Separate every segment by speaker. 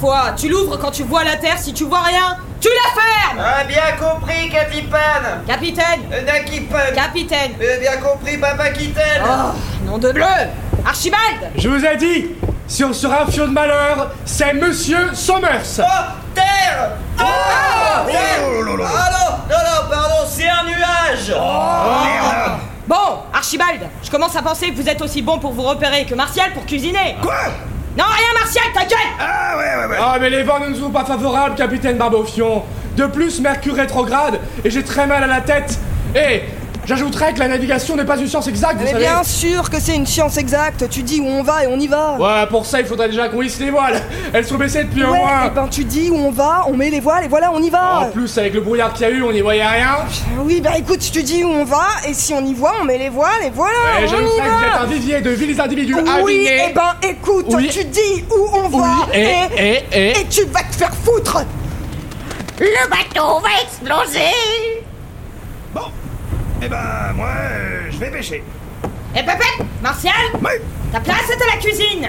Speaker 1: quoi Tu l'ouvres quand tu vois la terre, si tu vois rien, tu la fermes
Speaker 2: Ah, bien compris, Katipan
Speaker 1: Capitaine
Speaker 2: Euh, Nakipan
Speaker 1: Capitaine
Speaker 2: Euh, Bien compris, Papa Kitten
Speaker 3: Ah.
Speaker 1: Oh, nom de bleu Archibald
Speaker 4: Je vous ai dit, si on sera un fion de malheur, c'est Monsieur Sommers.
Speaker 2: Oh, terre Oh, terre
Speaker 3: oh, oh, oh, oh.
Speaker 2: Ah non, non, non, pardon, c'est un nuage
Speaker 3: Merde
Speaker 1: Bon, Archibald, je commence à penser que vous êtes aussi bon pour vous repérer que Martial pour cuisiner
Speaker 3: Quoi
Speaker 1: Non, rien Martial, ta gueule
Speaker 3: Ah ouais, ouais, ouais
Speaker 4: Ah, mais les vents ne nous sont pas favorables, capitaine Barbofion. De plus, Mercure rétrograde et j'ai très mal à la tête. Et j'ajouterais que la navigation n'est pas une science exacte, vous
Speaker 5: Mais
Speaker 4: savez.
Speaker 5: bien sûr que c'est une science exacte, tu dis où on va et on y va
Speaker 4: Ouais, pour ça, il faudrait déjà qu'on hisse les voiles. Elles sont baissées depuis un
Speaker 5: et
Speaker 4: mois.
Speaker 5: ben tu dis où on va, on met les voiles et voilà on y
Speaker 4: Ah, En
Speaker 5: va
Speaker 4: plus, avec le brouillard qu'il y a eu, on n'y voyait rien.
Speaker 5: Oui bah écoute, tu dis où on va et si on y voit, on met les voiles et voilà,
Speaker 4: Et
Speaker 5: Ah, on y
Speaker 4: j'ajouterais que vous êtes un
Speaker 5: va
Speaker 4: vivier de villes individus
Speaker 5: Oui,
Speaker 4: avinés.
Speaker 5: et ben écoute,
Speaker 4: Oui. eh,
Speaker 5: tu dis où on va
Speaker 4: et- et- et-
Speaker 5: tu vas te faire foutre
Speaker 6: Le bateau va exploser
Speaker 3: Bon Eh ben, moi, euh, je vais pêcher.
Speaker 1: Eh Pépette Martial
Speaker 3: Ouais
Speaker 1: Ta place est à la cuisine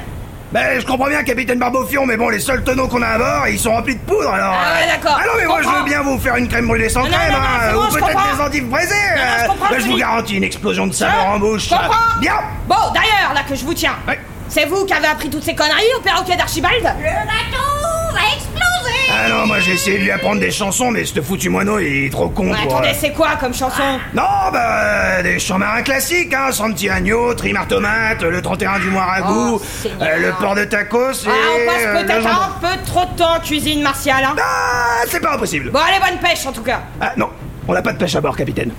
Speaker 3: Ben, je comprends bien, capitaine Barbofion, mais bon, les seuls tonneaux qu'on a à bord, ils sont remplis de poudre, alors...
Speaker 1: Ah ouais,
Speaker 3: euh,
Speaker 1: d'accord,
Speaker 3: Ah non, mais
Speaker 1: je
Speaker 3: moi, je
Speaker 1: comprends.
Speaker 3: veux bien vous faire une crème brûlée sans
Speaker 1: Non, non,
Speaker 3: crème,
Speaker 1: non, non,
Speaker 3: hein,
Speaker 1: c'est bon,
Speaker 3: ou
Speaker 1: je
Speaker 3: peut-être
Speaker 1: comprends.
Speaker 3: des endives brisées
Speaker 1: Non, non, je
Speaker 3: euh,
Speaker 1: comprends,
Speaker 3: ben,
Speaker 1: je
Speaker 3: je vous
Speaker 1: dis.
Speaker 3: garantis une explosion de saveur en bouche
Speaker 1: Je Hein? comprends.
Speaker 3: Bien
Speaker 1: Bon, d'ailleurs, là que je vous tiens
Speaker 3: Ouais.
Speaker 1: C'est vous qui avez appris toutes ces conneries au perroquet d'Archibald
Speaker 6: Le bateau va exploser
Speaker 3: Ah non, moi, j'ai essayé de lui apprendre des chansons, mais ce foutu moineau, il est trop con
Speaker 1: Mais
Speaker 3: pour...
Speaker 1: Attendez,
Speaker 3: euh,
Speaker 1: c'est quoi comme chanson
Speaker 3: Non, bah, euh, des chants marins classiques, hein, sans petit agneau, trimar tomate, le 31 du mois ragoût,
Speaker 1: Oh, Seigneur.
Speaker 3: euh, le porc de tacos
Speaker 1: Ah,
Speaker 3: et...
Speaker 1: on passe
Speaker 3: euh, le
Speaker 1: peut-être
Speaker 3: jambon.
Speaker 1: un peu trop de temps en cuisine martiale, hein
Speaker 3: Ah, c'est pas impossible
Speaker 1: Bon, allez, bonne pêche, en tout cas
Speaker 3: Ah non, on n'a pas de pêche à bord, capitaine.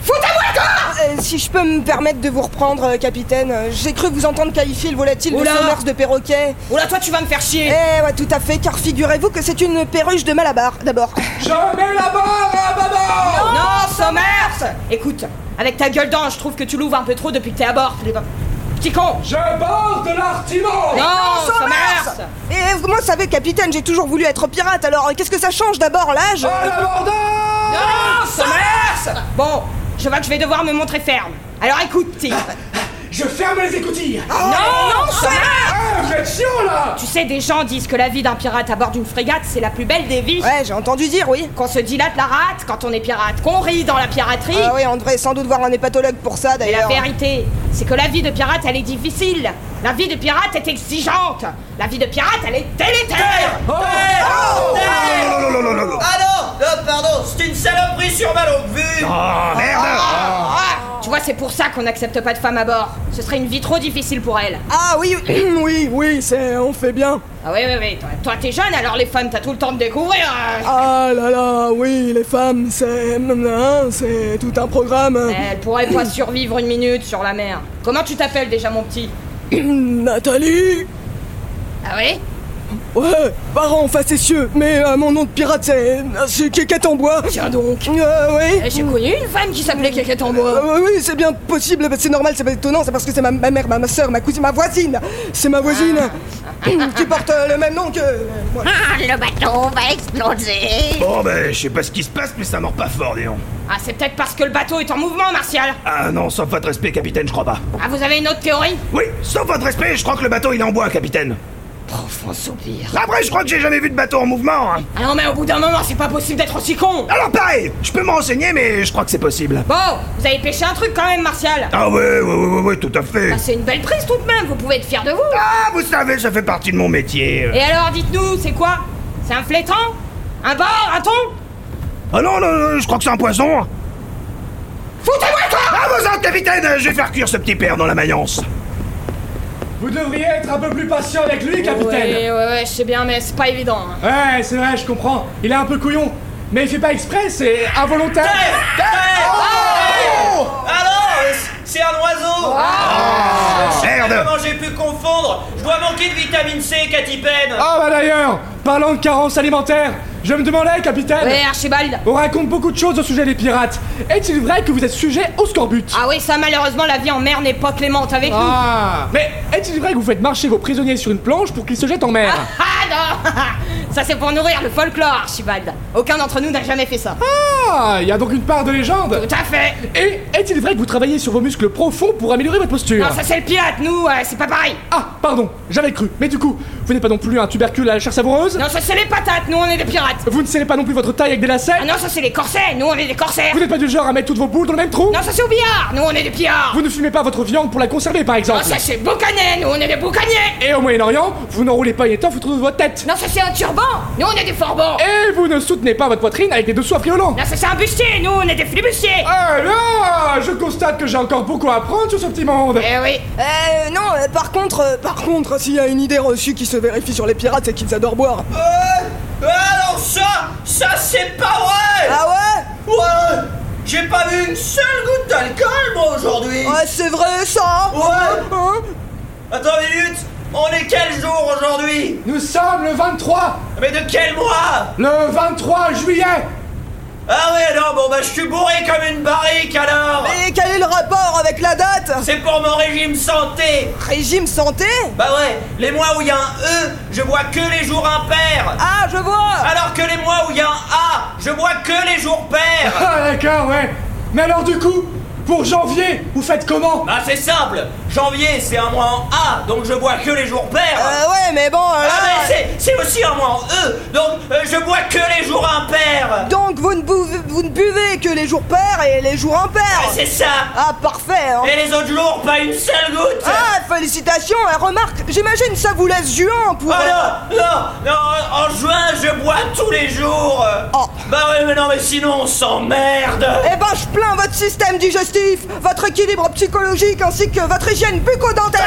Speaker 1: Foutez-moi le corps
Speaker 5: Euh, si je peux me permettre de vous reprendre, euh, capitaine, euh, j'ai cru vous entendre qualifier le volatile de
Speaker 1: Oula
Speaker 5: Sommers de perroquet.
Speaker 1: Oula, toi, tu vas me faire
Speaker 5: Eh
Speaker 1: chier
Speaker 5: ouais, tout à fait, car figurez-vous que c'est une perruche de Malabar, d'abord.
Speaker 4: Jamais la barre à bâbord
Speaker 1: Non, Sommers Écoute, avec ta gueule d'ange, je trouve que tu l'ouvres un peu trop depuis que t'es à bord. les pa- Petit con
Speaker 4: Je borde de l'artiment
Speaker 1: Non, Sommers
Speaker 5: Et euh, moi, savez, capitaine, j'ai toujours voulu être pirate, alors euh, qu'est-ce que ça change d'abord, l'âge
Speaker 4: À la bordure
Speaker 1: Non, Sommers Bon, je vois que je vais devoir me montrer ferme. Alors écoute, Tigre,
Speaker 4: Je ferme les écoutilles
Speaker 1: Non, non, ça
Speaker 4: Ah, vous êtes chiant, là
Speaker 1: tu sais, des gens disent que la vie d'un pirate à bord d'une frégate, c'est la plus belle des vies.
Speaker 5: Ouais, j'ai entendu dire, oui.
Speaker 1: Qu'on se dilate la rate quand on est pirate, qu'on rit dans la piraterie.
Speaker 5: Ah oui, on devrait sans doute voir un hépatologue pour ça,
Speaker 1: Et la
Speaker 5: d'ailleurs.
Speaker 1: vérité, c'est que la vie de pirate, elle est difficile. La vie de pirate est exigeante. La vie de pirate, elle est délétère.
Speaker 2: Terre Terre
Speaker 3: Oh, non, non, non, non.
Speaker 2: Ah non, non, pardon, c'est une saloperie sur ma longue vue
Speaker 3: Oh, merde
Speaker 1: Ah, tu vois, c'est pour ça qu'on n'accepte pas de femmes à bord. Ce serait une vie trop difficile pour elles.
Speaker 5: Ah oui, oui, oui, oui, c'est, on fait bien.
Speaker 1: Ah oui, oui, oui. Toi, toi, t'es jeune, alors les femmes, t'as tout le temps de découvrir. hein.
Speaker 5: Ah là là, oui, les femmes, c'est, hein, c'est tout un programme.
Speaker 1: Elles pourraient pas survivre une minute sur la mer. Comment tu t'appelles déjà, mon petit
Speaker 5: Nathalie
Speaker 1: Ah oui
Speaker 5: Ouais, parents facétieux, mais euh, mon nom de pirate c'est. c'est Kékette en bois Tiens donc Euh, oui
Speaker 1: J'ai connu une femme qui s'appelait Kékette en bois.
Speaker 5: Euh, oui, c'est bien possible, mais c'est normal, c'est pas étonnant, c'est parce que c'est ma, ma mère, ma, ma soeur, ma cousine, ma voisine C'est ma voisine qui porte euh, le même nom que. euh, moi.
Speaker 6: Ah, Le bateau va exploser
Speaker 3: Bon, ben, je sais pas ce qui se passe, mais ça mord pas fort, Léon.
Speaker 1: Ah, c'est peut-être parce que le bateau est en mouvement, Martial.
Speaker 3: Ah non, sauf votre respect, capitaine, je crois pas.
Speaker 1: Ah, vous avez une autre théorie
Speaker 3: Oui, sauf votre respect, je crois que le bateau, il est en bois, capitaine.
Speaker 1: Profond soupir.
Speaker 3: Après, je crois que j'ai jamais vu de bateau en mouvement, hein.
Speaker 1: Ah non, mais au bout d'un moment, c'est pas possible d'être aussi con.
Speaker 3: Alors pareil, je peux me renseigner, mais je crois que c'est possible.
Speaker 1: Bon, vous avez pêché un truc quand même, Martial.
Speaker 3: Ah ouais, ouais, ouais, ouais, ouais, tout à fait.
Speaker 1: Bah, c'est une belle prise tout de même, vous pouvez être fier de vous.
Speaker 3: Ah, vous savez, ça fait partie de mon métier. euh.
Speaker 1: Et alors, dites-nous, c'est quoi C'est un flétan Un bar Un ton
Speaker 3: Ah non, non, non, je crois que c'est un poisson.
Speaker 1: Foutez-moi le corps
Speaker 3: Ah, vous autres, capitaine, euh, je vais faire cuire ce petit père dans la Mayence.
Speaker 4: Vous devriez être un peu plus patient avec lui, capitaine
Speaker 1: Ouais, ouais, ouais, je sais bien, mais c'est pas évident. hein.
Speaker 4: Ouais, c'est vrai, je comprends. Il est un peu couillon. Mais il fait pas exprès, c'est involontaire
Speaker 3: Oh.
Speaker 2: Ah non, euh, c- c'est un oiseau
Speaker 3: Ah. Merde
Speaker 2: Comment j'ai pu confondre Je dois manquer de vitamine C, Katipen
Speaker 4: Ah bah d'ailleurs, parlant de carence alimentaire, je me demandais, capitaine
Speaker 1: Ouais, Archibald.
Speaker 4: On raconte beaucoup de choses au sujet des pirates. Est-il vrai que vous êtes sujet au scorbut
Speaker 1: Ah oui, ça, malheureusement, la vie en mer n'est pas clémente avec nous.
Speaker 4: Ah. Mais est-il vrai que vous faites marcher vos prisonniers sur une planche pour qu'ils se jettent en mer
Speaker 1: Ah non Ça c'est pour nourrir le folklore, Archibald. Aucun d'entre nous n'a jamais fait ça.
Speaker 4: Ah, il y a donc une part de légende
Speaker 1: Tout à fait
Speaker 4: Et est-il vrai que vous travaillez sur vos muscles profonds pour améliorer votre posture
Speaker 1: Non, ça c'est le pirate, nous, euh, c'est pas pareil.
Speaker 4: Ah, pardon, j'avais cru. Mais du coup, Vous n'êtes pas non plus un tubercule à la chair savoureuse
Speaker 1: Non, ça c'est les patates, nous on est des pirates.
Speaker 4: Vous ne serrez pas non plus votre taille avec des lacets
Speaker 1: Ah non, ça c'est les corsets, nous on est des corsaires.
Speaker 4: Vous n'êtes pas du genre à mettre toutes vos boules dans le même trou
Speaker 1: Non, ça c'est au billard, nous on est des pillards.
Speaker 4: Vous ne fumez pas votre viande pour la conserver par exemple
Speaker 1: Non, Oh, Ah, ça c'est boucanet, nous on est des boucaniers.
Speaker 4: Et au Moyen-Orient, vous n'enroulez pas une étoffe autour de votre tête
Speaker 1: Non, ça c'est un turban, nous on est des forbans.
Speaker 4: Et vous ne soutenez pas votre poitrine avec des dessous à friolants
Speaker 1: Non, ça c'est un bustier, nous on est des flibustiers.
Speaker 4: Ah là Je constate que j'ai encore beaucoup à apprendre sur ce petit monde
Speaker 1: Eh oui.
Speaker 5: Euh, non, euh, par contre, euh, par contre, s'il y a une idée reçue qui se vérifie sur les pirates, c'est qu'ils adorent boire.
Speaker 2: Euh, alors ça, ça c'est pas vrai
Speaker 5: Ah ouais
Speaker 2: Ouais J'ai pas vu une seule goutte d'alcool, moi, aujourd'hui
Speaker 5: Ouais, Oh, c'est vrai ça
Speaker 2: Ouais.
Speaker 5: Hein
Speaker 2: Attends une minute On est quel jour aujourd'hui
Speaker 4: Nous sommes le 23
Speaker 2: Mais de quel mois
Speaker 4: Le 23 juillet
Speaker 2: Ah ouais, non, bon bah je suis bourré comme une barrique, alors
Speaker 5: Et quel est le rapport avec la date
Speaker 2: C'est pour mon régime santé
Speaker 5: Régime santé
Speaker 2: Bah ouais, les mois où il y a un E, je bois que les jours impairs
Speaker 5: Ah, je vois
Speaker 2: Alors que les mois où il y a un A, je bois que les jours pairs
Speaker 4: Ah d'accord, ouais Mais alors du coup, pour janvier, vous faites comment
Speaker 2: Bah c'est simple Janvier, c'est un mois en A, donc je bois que les jours pairs
Speaker 5: Euh, ouais, mais bon, euh,
Speaker 2: Ah
Speaker 5: là...
Speaker 2: mais c'est- c'est aussi un mois en E, donc euh, je bois que les jours impairs
Speaker 5: Ah, Donc vous ne, bouvez- vous ne buvez que les jours pairs et les jours
Speaker 2: Ah,
Speaker 5: impairs
Speaker 2: C'est ça
Speaker 5: Ah, parfait hein.
Speaker 2: Et les autres jours, pas une seule goutte
Speaker 5: Ah, félicitations hein, Remarque, j'imagine ça vous laisse juin pour...
Speaker 2: Ah non, non, non, en en juin je bois tous les jours.
Speaker 5: Oh.
Speaker 2: Bah ouais, mais non, mais sinon on s'emmerde.
Speaker 5: Eh ben, je plains votre système digestif, votre équilibre psychologique ainsi que votre hygiène bucco-dentaire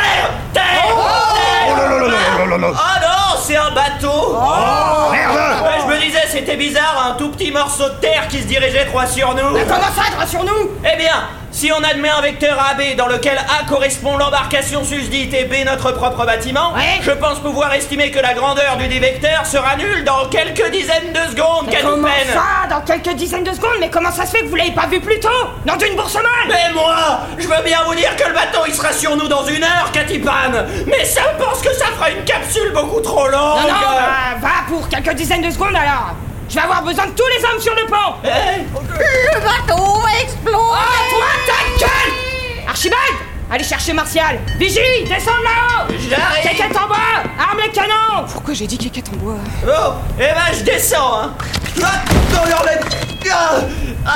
Speaker 2: Terre, terre,
Speaker 3: Oh
Speaker 2: terre.
Speaker 3: là là là là là là là.
Speaker 2: Ah non, c'est un bateau.
Speaker 5: Oh.
Speaker 3: Merde
Speaker 2: Ouais, je me disais, c'était bizarre, un tout petit morceau de terre qui se dirigeait droit sur nous.
Speaker 1: Comment ça, rassure nous
Speaker 2: Eh bien, si on admet un vecteur AB dans lequel A correspond l'embarcation susdite et B notre propre bâtiment,
Speaker 1: Ouais.
Speaker 2: je pense pouvoir estimer que la grandeur du dit vecteur sera nulle dans quelques dizaines de secondes,
Speaker 1: Comment
Speaker 2: Cadoupène.
Speaker 1: ça Dans quelques dizaines de secondes Mais comment ça se fait que vous l'ayez pas vu plus tôt Dans une bourse molle
Speaker 2: Mais moi, je veux bien vous dire que le bateau il sera sur nous dans une heure, Catipan Mais ça je pense que ça fera une capsule beaucoup trop longue
Speaker 1: Non, non, bah, va pour quelques dizaines de secondes alors Je vais avoir besoin de tous les hommes sur le pont
Speaker 2: Eh,
Speaker 6: Le bateau va
Speaker 1: Ah,
Speaker 6: exploser
Speaker 1: toi, ta gueule Archibald Allez chercher Martial Vigie, descends là-haut
Speaker 2: J'arrive.
Speaker 1: Kékette en bas Arme les canons
Speaker 5: Pourquoi j'ai dit quéquette en bois
Speaker 2: Oh, eh ben je descends, hein Ah, dans leur la- Ah,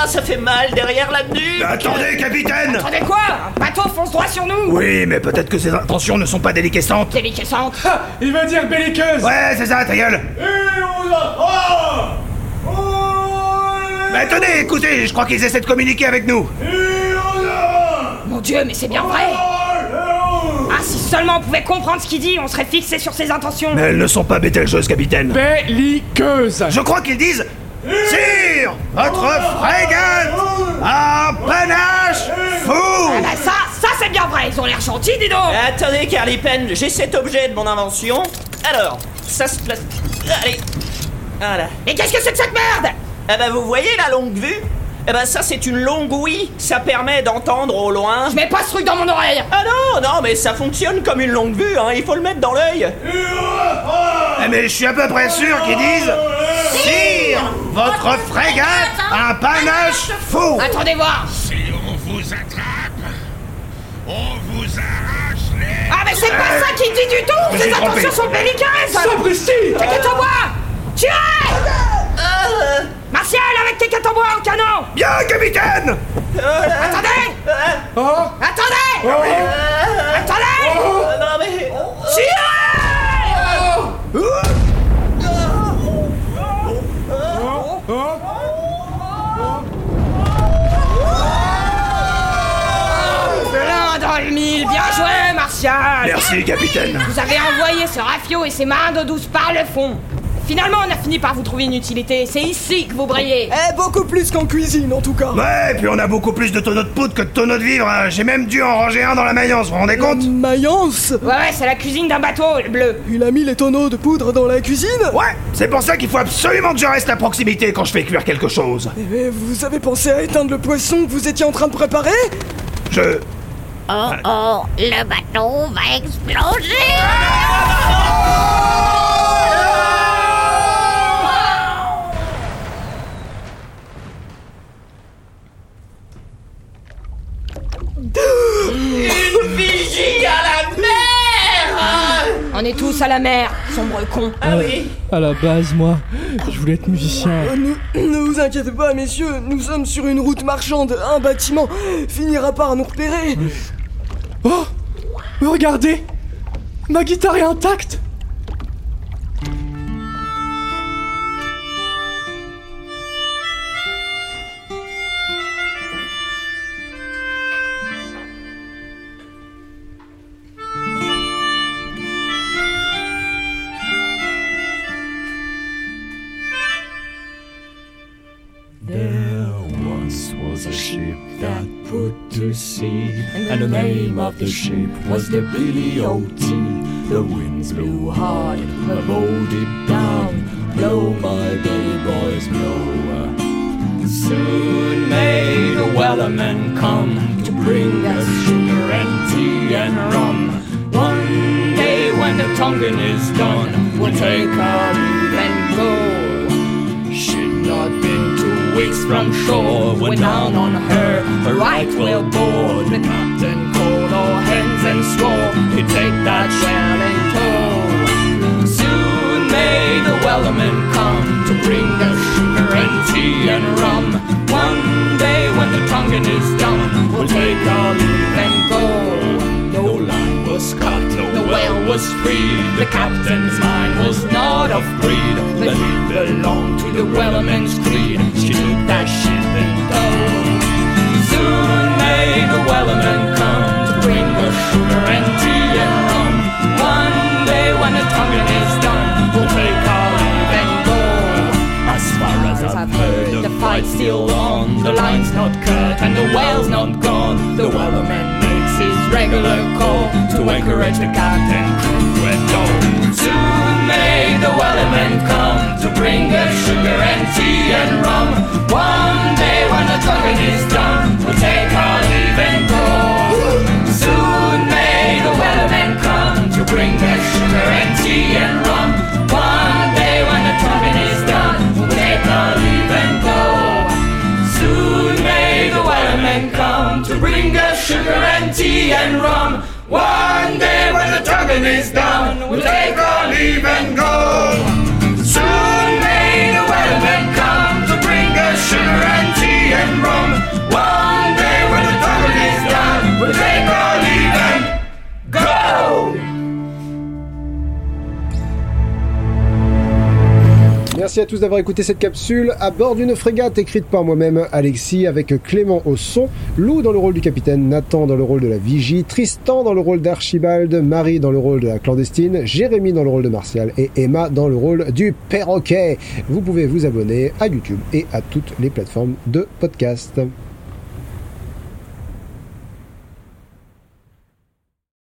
Speaker 2: Ah, ça fait mal derrière la nuque
Speaker 3: Attendez, capitaine
Speaker 1: Attendez quoi Un bateau fonce droit sur nous
Speaker 3: Oui, mais peut-être que ses intentions ne sont pas déliquescentes.
Speaker 1: Déliquescente
Speaker 4: Ah, Il veut dire belliqueuse
Speaker 3: Ouais, c'est ça, ta gueule
Speaker 4: Oh!
Speaker 3: Mais attendez, écoutez, je crois qu'ils essaient de communiquer avec nous.
Speaker 1: Mon dieu, mais c'est bien vrai Ah, si seulement on pouvait comprendre ce qu'il dit, on serait fixé sur ses intentions
Speaker 3: Mais elles ne sont pas Betelgeuse, capitaine.
Speaker 4: Belliqueuse
Speaker 3: Je crois qu'ils disent... Sire, votre frégate un panache fou
Speaker 1: Ah bah ça, ça c'est bien vrai Ils ont l'air gentils, dis donc
Speaker 2: Eh. Attendez, Carly Pen, j'ai cet objet de mon invention. Alors, ça se place... Allez, voilà.
Speaker 1: Mais qu'est-ce que c'est que cette merde
Speaker 2: Eh ben, vous voyez la longue vue Eh ben, ça, c'est une longue ouïe. Ça permet d'entendre au loin.
Speaker 1: Je mets pas ce truc dans mon oreille
Speaker 2: Ah non, non, mais ça fonctionne comme une longue vue, hein, il faut le mettre dans l'œil.
Speaker 3: Eh, Mais je suis à peu près sûr qu'ils disent... Sire, votre frégate un panache fou
Speaker 1: Attendez voir
Speaker 7: Si on vous attrape, on vous arrache les...
Speaker 1: Ah mais c'est
Speaker 3: Eh.
Speaker 1: pas ça qu'il dit du tout
Speaker 3: mais
Speaker 1: Ses
Speaker 3: j'ai trompé.
Speaker 1: intentions sont belliqueuses
Speaker 4: Sapristi
Speaker 1: T'inquiète en bois Tirez Martial, avec tes quatre en bois en canon
Speaker 3: Bien, capitaine
Speaker 1: Attendez
Speaker 2: Euh,
Speaker 4: Oh
Speaker 1: Attendez
Speaker 4: Oh
Speaker 1: Attendez
Speaker 4: Oh
Speaker 2: Ah non, mais.
Speaker 1: Tirez
Speaker 4: Oh Oh
Speaker 1: Plein dans le mille Bien joué, Martial
Speaker 3: Merci, capitaine.
Speaker 1: Vous avez envoyé ce rafio et ses marins d'eau douce par le fond Finalement, on a fini par vous trouver une utilité. C'est ici que vous brillez.
Speaker 5: Eh, beaucoup plus qu'en cuisine, en tout cas
Speaker 3: Ouais, et puis on a beaucoup plus de tonneaux de poudre que de tonneaux de vivres. hein. J'ai même dû en ranger un dans la Mayence, vous vous rendez compte
Speaker 5: Mayence
Speaker 1: Ouais, ouais, c'est la cuisine d'un bateau, le bleu.
Speaker 5: Il a mis les tonneaux de poudre dans la cuisine
Speaker 3: Ouais, c'est pour ça qu'il faut absolument que je reste à proximité quand je fais cuire quelque chose.
Speaker 5: Mais Eh, vous avez pensé à éteindre le poisson que vous étiez en train de préparer
Speaker 3: Je...
Speaker 6: Oh oh, le bateau va exploser
Speaker 2: Vigie à la mer
Speaker 1: On est tous à la mer, sombre con.
Speaker 2: Ah oui
Speaker 8: À la base, moi, je voulais être musicien.
Speaker 5: Oh, nous- ne vous inquiétez pas, messieurs, nous sommes sur une route marchande. Un bâtiment finira par nous repérer.
Speaker 4: Oh Mais regardez Ma guitare est intacte
Speaker 9: was a ship that put to sea, and the name of the ship was the Billy O.T. The winds blew hard, her bow dipped down. Blow, my billy boys, blow. Soon may the wellerman come to bring us sugar and tea and rum. One day when the tonguing is done, we'll take our leave and go. She'd not been two weeks from shore when down on her a right whale board. The captain called all hands and swore he'd take that shell in tow. Soon may the wellerman come to bring us sugar and tea and rum. One day when the tonguing is done, we'll take our leave and go. No line was cut, no whale was free. The captain's mind was not of greed. That he belonged to the wellerman's creed. She took that ship and dove. Soon may the wellerman come to bring us sugar and tea and rum. One day when the tonguing is done, we'll take our leave and go. As far as I've heard, the fight's still on. The line's not cut and the whale's not gone. The wellerman makes his regular call to encourage the captain, crew, and all. Soon may the wellerman come to bring us sugar and tea and rum. One day when the tonguing is done, we'll take our leave and go. Soon may the wellerman come to bring us sugar and tea and rum. One day when the tonguing is done, we'll take our leave and go. Soon may the wellerman come to bring us sugar and tea and rum. One day when the tonguing is done, we'll take our leave and go. Soon may the wellerman come to bring us sugar and tea and rum. One day when the tonguing is done, we'll take our leave and go.
Speaker 10: Merci à tous d'avoir écouté cette capsule à bord d'une frégate écrite par moi-même, Alexis, avec Clément au son, Lou dans le rôle du capitaine, Nathan dans le rôle de la vigie, Tristan dans le rôle d'Archibald, Marie dans le rôle de la clandestine, Jérémy dans le rôle de Martial et Emma dans le rôle du perroquet. Vous pouvez vous abonner à YouTube et à toutes les plateformes de podcast.